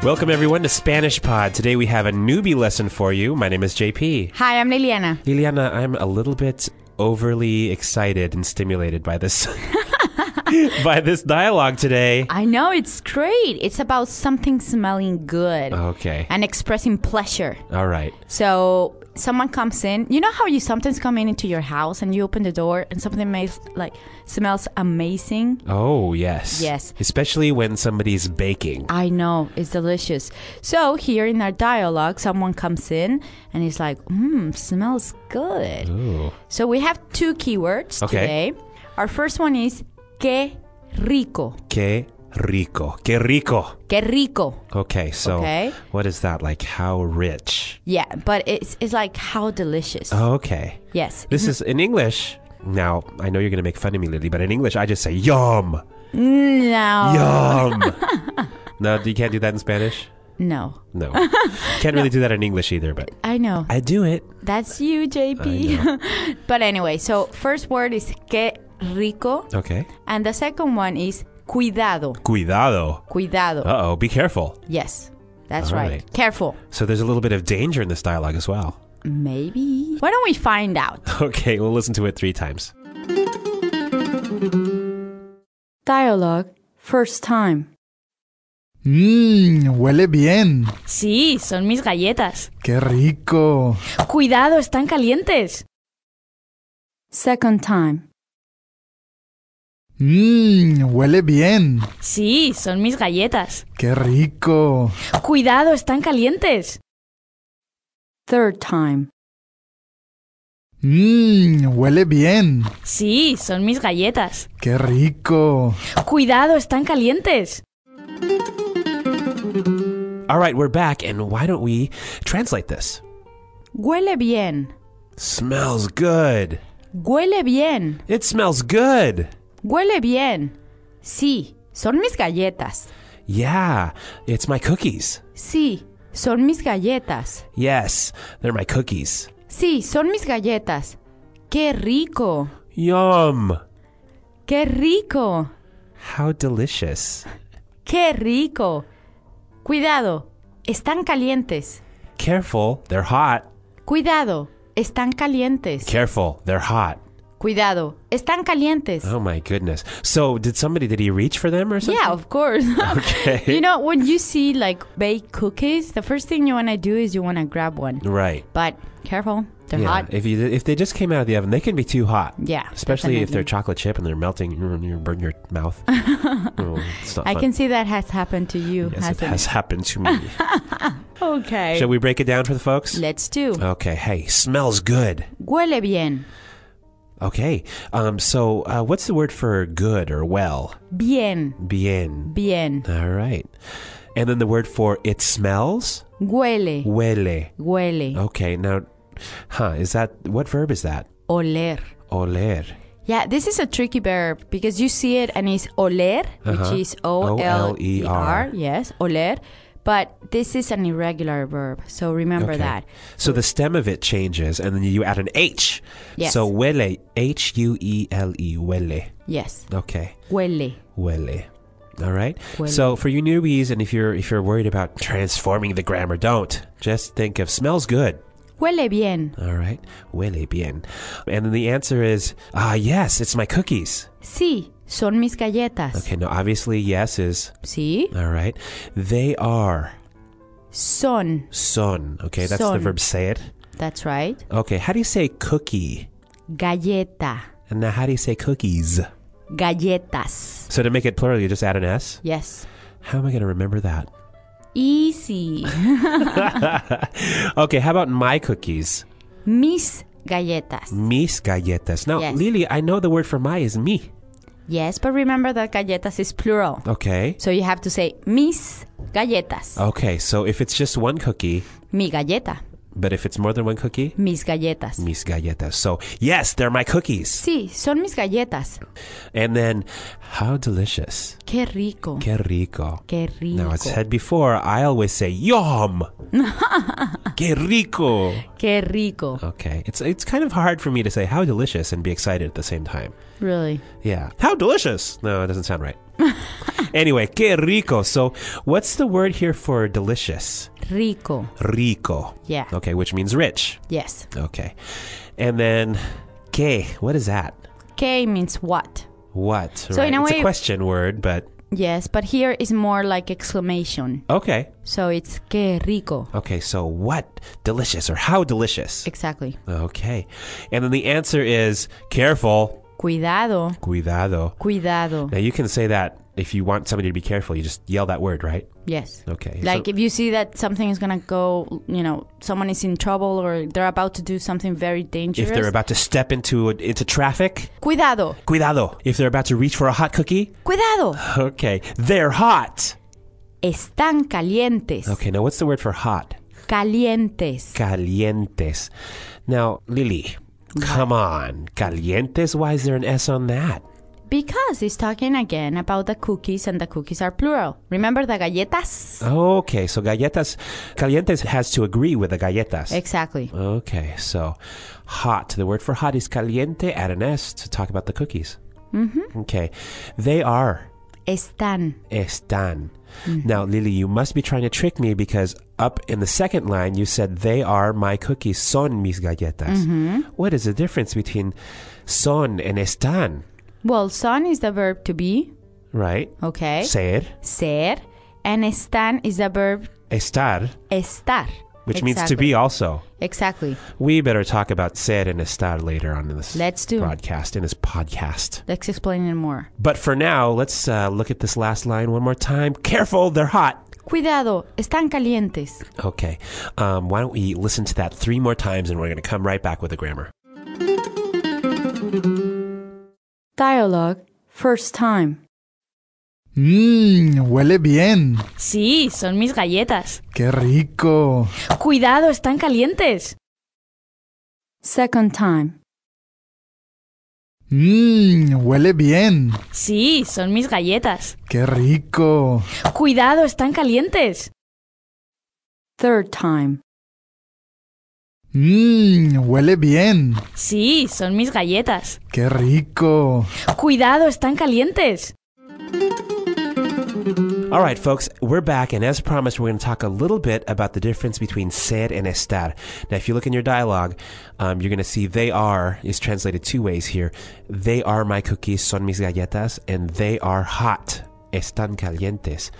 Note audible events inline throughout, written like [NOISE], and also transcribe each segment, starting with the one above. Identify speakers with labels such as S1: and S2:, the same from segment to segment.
S1: Welcome, everyone, to Spanish Pod. Today we have a newbie lesson for you. My name is JP.
S2: Hi, I'm Liliana.
S1: Liliana, I'm a little bit overly excited and stimulated by this. [LAUGHS] by this dialogue today.
S2: I know it's great. It's about something smelling good
S1: Okay.
S2: and expressing pleasure.
S1: All right.
S2: So someone comes in. You know how you sometimes come in into your house and you open the door and something may, like smells amazing.
S1: Oh, yes.
S2: Yes.
S1: Especially when somebody's baking.
S2: I know it's delicious. So here in our dialogue, someone comes in and is like, "Mmm, smells good."
S1: Ooh.
S2: So we have two keywords
S1: Uh-huh. Okay.
S2: today. Our first one is que rico.
S1: Que rico. Que rico.
S2: Que rico.
S1: Okay, so
S2: Okay.
S1: what is that? Like how rich?
S2: Yeah, but it's it's like how delicious.
S1: Okay.
S2: Yes.
S1: This is in English. Now, I know you're going to make fun of me, Lily, but in English, I just say yum.
S2: No.
S1: [LAUGHS] Yum. no, you can't do that in Spanish?
S2: No.
S1: [LAUGHS] No. Can't really do that in English either, but
S2: I know.
S1: I do it.
S2: That's you, JP. [LAUGHS] but anyway, so first word is que rico,
S1: Okay.
S2: and the second one is cuidado.
S1: Cuidado.
S2: Cuidado.
S1: Uh oh, be careful.
S2: yes. That's
S1: All
S2: right.
S1: right.
S2: Careful.
S1: So there's a little bit of danger in this dialogue as well. [LAUGHS]
S2: Maybe. Why don't we find out?
S1: Okay, we'll listen to it three times.
S2: Dialogue. First time.
S3: Mmm, huele bien.
S4: Sí, son mis galletas.
S3: Qué rico.
S4: Cuidado, están calientes.
S2: Second time.
S3: Mmm, huele bien.
S4: Sí, son mis galletas.
S3: Qué rico.
S4: Cuidado, están calientes.
S2: Third time.
S3: Mmm, huele bien.
S4: Sí, son mis galletas.
S3: Qué rico.
S4: Cuidado, están calientes.
S1: All right, we're back, and why don't we translate this?
S2: Huele bien.
S1: Smells good.
S2: Huele bien.
S1: It smells good.
S2: Huele bien. Sí, son mis galletas.
S1: Yeah, it's my cookies.
S2: Sí, son mis galletas.
S1: Yes, they're my cookies.
S2: Sí, son mis galletas. ¡Qué rico!
S1: Yum.
S2: ¡Qué rico!
S1: How delicious.
S2: ¡Qué rico! Cuidado, están calientes.
S1: Careful, they're hot.
S2: Cuidado, están calientes.
S1: Careful, they're hot.
S2: Cuidado, están calientes.
S1: Oh my goodness. So, did somebody, did he reach for them or something?
S2: Yeah, of course. [LAUGHS]
S1: [LAUGHS] Okay.
S2: you know, when you see like baked cookies, the first thing you want to do is you want to grab one.
S1: Right.
S2: But careful, they're
S1: yeah.
S2: hot.
S1: If you if they just came out of the oven, they can be too hot.
S2: Yeah,
S1: Especially if they're
S2: definitely.
S1: chocolate chip and they're melting, mm, you burn your
S2: [LAUGHS]
S1: mouth. Oh, it's not
S2: I
S1: fun.
S2: can see that has happened to you,
S1: Yes, it
S2: hasn't
S1: has happened to me.
S2: [LAUGHS] Okay.
S1: Shall we break it down for the folks?
S2: Let's do.
S1: Okay. Hey, smells good.
S2: Huele bien.
S1: Okay. Um. So, uh, what's the word for good or well?
S2: Bien.
S1: Bien.
S2: Bien.
S1: All right. And then the word for it smells,
S2: Huele.
S1: huele.
S2: Huele.
S1: Okay. Now, huh? Is that what verb is that?
S2: Oler.
S1: Oler.
S2: Yeah, this is a tricky verb because you see it and it's oler,
S1: Uh-huh.
S2: which is O L E
S1: O-L-E-R.
S2: R. Yes, oler. But this is an irregular verb, so remember
S1: Okay.
S2: that.
S1: So the stem of it changes, and then you add an H.
S2: Yes.
S1: So huele, H U E L E, huele.
S2: Yes,
S1: Okay,
S2: huele.
S1: huele. All right.
S2: Huele.
S1: So for you newbies, and if you're if you're worried about transforming the grammar, don't. Just think of smells good.
S2: Huele bien.
S1: All right, huele bien. And then the answer is ah yes, it's my cookies.
S2: Sí, son mis galletas.
S1: Okay, now obviously yes is
S2: Sí,
S1: all right. They are
S2: son.
S1: son. Okay, that's the
S2: Son.
S1: verb. Say it.
S2: That's right.
S1: Okay, how do you say cookie?
S2: Galleta.
S1: And now how do you say cookies?
S2: Galletas.
S1: So to make it plural, you just add an S.
S2: Yes.
S1: How am I going to remember that?
S2: Easy.
S1: Okay, how about my cookies?
S2: Mis galletas.
S1: Mis galletas. Now,
S2: Yes.
S1: Lily, I know the word for my is me.
S2: Yes, but remember that galletas is plural.
S1: Okay.
S2: So you have to say mis galletas.
S1: Okay, so if it's just one cookie,
S2: Mi galleta.
S1: but if it's more than one cookie,
S2: Mis galletas.
S1: mis galletas. So, yes, they're my cookies.
S2: Sí, son mis galletas.
S1: And then, how delicious.
S2: Qué rico.
S1: Que rico.
S2: Qué
S1: Now,
S2: rico.
S1: as said before, I always say
S2: [LAUGHS]
S1: yum. que rico.
S2: Qué rico.
S1: Okay, it's it's kind of hard for me to say how delicious and be excited at the same time.
S2: Really. [LAUGHS]
S1: Yeah. How delicious! No, it doesn't sound right. anyway, que rico. So, what's the word here for delicious?
S2: Rico.
S1: Rico.
S2: Yeah.
S1: Okay, which means rich.
S2: Yes.
S1: Okay. And then que, what is that?
S2: Que means what?
S1: What?
S2: So in a
S1: it's a
S2: way-
S1: question word, but
S2: Yes, but here is more like exclamation.
S1: okay.
S2: So it's que rico.
S1: Okay, so what delicious or how delicious?
S2: Exactly.
S1: Okay. And then the answer is careful,
S2: Cuidado.
S1: cuidado.
S2: Cuidado.
S1: Now you can say that if you want somebody to be careful, you just yell that word, right?
S2: Yes.
S1: Okay.
S2: Like if you see that something is gonna go, you know, someone is in trouble or they're about to do something very
S1: so
S2: dangerous.
S1: if they're about to step into into traffic,
S2: Cuidado.
S1: cuidado. If they're about to reach for a hot cookie,
S2: Cuidado.
S1: okay, they're hot.
S2: Están calientes.
S1: Okay, now what's the word for hot?
S2: Calientes.
S1: Calientes. Now, Lily, come on. Calientes? Why is there an S on that?
S2: Because it's talking again about the cookies and the cookies are plural. Remember the galletas?
S1: Okay, so galletas, calientes has to agree with the galletas.
S2: Exactly.
S1: Okay, so hot. The word for hot is caliente. Add an S to talk about the cookies. Mm-hmm. Okay, they are
S2: Están.
S1: están.
S2: Mm-hmm.
S1: Now, Lily, you must be trying to trick me because up in the second line you said they are my cookies. Son mis galletas.
S2: Mm-hmm.
S1: What is the difference between son and están?
S2: Well, son is the verb to be,
S1: Right.
S2: okay?
S1: Ser,
S2: Ser. And están is the verb
S1: estar,
S2: estar.
S1: which means to be also.
S2: Exactly.
S1: We better talk about ser and estar later on in this
S2: Let's do.
S1: broadcast, in this podcast.
S2: Let's explain it more.
S1: But for now, let's uh, look at this last line one more time. Careful, they're hot.
S2: Cuidado, están calientes.
S1: Okay, um, why don't we listen to that three more times and we're going to come right back with the grammar.
S2: Dialogue. First time.
S3: Mmm, huele bien.
S4: Sí, son mis galletas.
S3: Qué rico.
S4: Cuidado, están calientes.
S2: Second time.
S3: Mmm, huele bien.
S4: Sí, son mis galletas.
S3: Qué rico.
S4: Cuidado, están calientes.
S2: Third time.
S3: Mmm, huele bien.
S4: Sí, son mis galletas.
S3: Qué rico.
S4: Cuidado, están calientes.
S1: All right, folks, we're back, and as promised, we're going to talk a little bit about the difference between ser and estar. Now, if you look in your dialogue, um, you're going to see they are is translated two ways here. They are my cookies, son mis galletas, and they are hot, están calientes.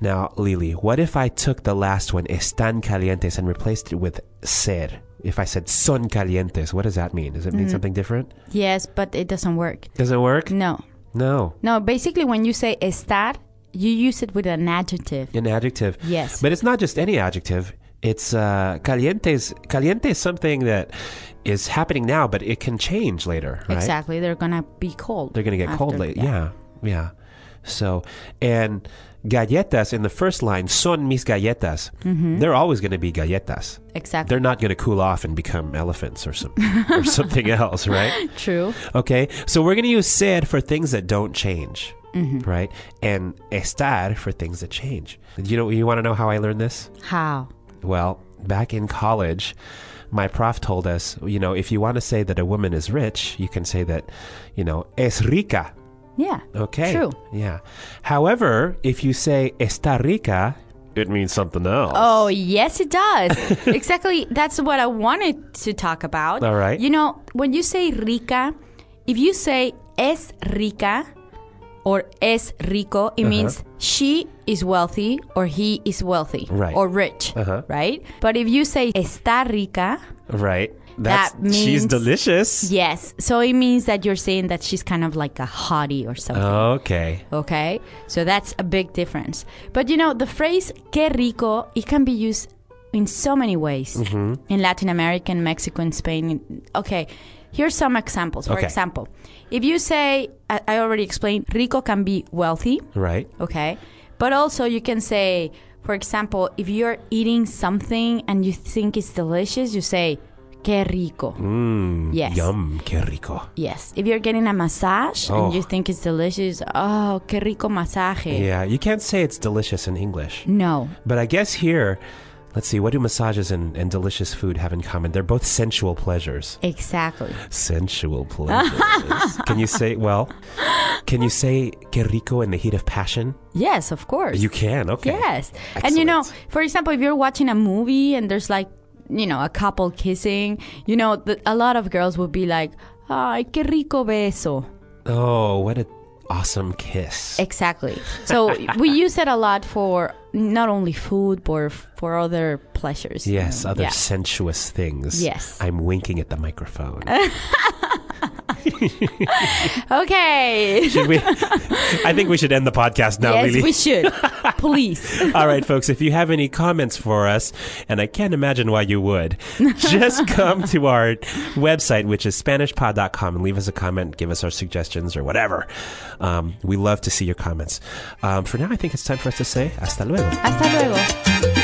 S1: Now, Lily, what if I took the last one, están calientes, and replaced it with ser? If I said son calientes, what does that mean? Does it mean something different?
S2: Yes, but it doesn't work.
S1: Doesn't work?
S2: No.
S1: No.
S2: No, basically, when you say estar, you use it with an adjective.
S1: An adjective.
S2: Yes.
S1: But it's not just any adjective. It's uh, caliente. Is, caliente is something that is happening now, but it can change later, right?
S2: Exactly. They're going to be cold.
S1: They're going to get cold
S2: after-
S1: later. Yeah. yeah. So, and galletas in the first line, son mis galletas.
S2: Mm-hmm.
S1: They're always going to be galletas.
S2: Exactly.
S1: They're not going to cool off and become elephants or, some,
S2: [LAUGHS]
S1: or something else, right?
S2: True.
S1: Okay. So we're going to use ser for things that don't change.
S2: Mm-hmm.
S1: Right and estar for things that change. You know, you want to know how I learned this?
S2: How?
S1: Well, back in college, my prof told us, you know, if you want to say that a woman is rich, you can say that, you know, es rica.
S2: Yeah.
S1: Okay.
S2: True.
S1: Yeah. However, if you say está rica, it means something else.
S2: Oh, yes, it does.
S1: [LAUGHS]
S2: exactly. That's what I wanted to talk about.
S1: All right.
S2: You know, when you say rica, if you say es rica or es rico,
S1: Uh-huh.
S2: it means she is wealthy or he is wealthy
S1: Right.
S2: or rich,
S1: Uh-huh.
S2: right? But if you say está rica,
S1: Right. That's
S2: That
S1: she's
S2: means-
S1: delicious.
S2: yes. So it means that you're saying that she's kind of like a hottie or something.
S1: Okay.
S2: Okay, so that's a big difference. But you know, the phrase que rico, it can be used in so many ways
S1: Mm-hmm.
S2: in Latin America, in Mexico, in Spain. Okay, here's some examples. For
S1: Okay.
S2: example, if you say, I, I already explained, rico can be wealthy,
S1: Right.
S2: okay, but also you can say, for example, if you're eating something and you think it's delicious, you say, que rico. yes.
S1: Mm, Yum, que rico.
S2: Yes. If you're getting a massage
S1: Oh.
S2: and you think it's delicious, oh, que rico masaje.
S1: Yeah, you can't say it's delicious in English.
S2: No.
S1: But I guess here Let's see, what do massages and, and delicious food have in common? They're both sensual pleasures.
S2: Exactly.
S1: Sensual pleasures. can you say, well, can you say que rico in the heat of passion?
S2: Yes, of course.
S1: You can, okay.
S2: Yes. And you know,
S1: Excellent.
S2: for example, if you're watching a movie and there's like, you know, a couple kissing, you know, the, a lot of girls would be like, ay, qué rico beso.
S1: Oh, what an awesome kiss.
S2: Exactly.
S1: [LAUGHS]
S2: So we use it a lot for not only food, but for other pleasures. you
S1: Yes,
S2: know.
S1: other
S2: mm, Yeah.
S1: sensuous things.
S2: Yes.
S1: I'm winking at the
S2: [LAUGHS]
S1: microphone.
S2: Okay.
S1: Should we? [LAUGHS] I think we should end the podcast now,
S2: yes,
S1: Lily. [LAUGHS]
S2: we should. Please.
S1: All right, folks, if you have any comments for us, and I can't imagine why you would, just come to our website, which is SpanishPod.com, and leave us a comment, give us our suggestions or whatever. Um, we love to see your comments. Um, for now, I think it's time for us to say hasta luego.
S2: Hasta luego.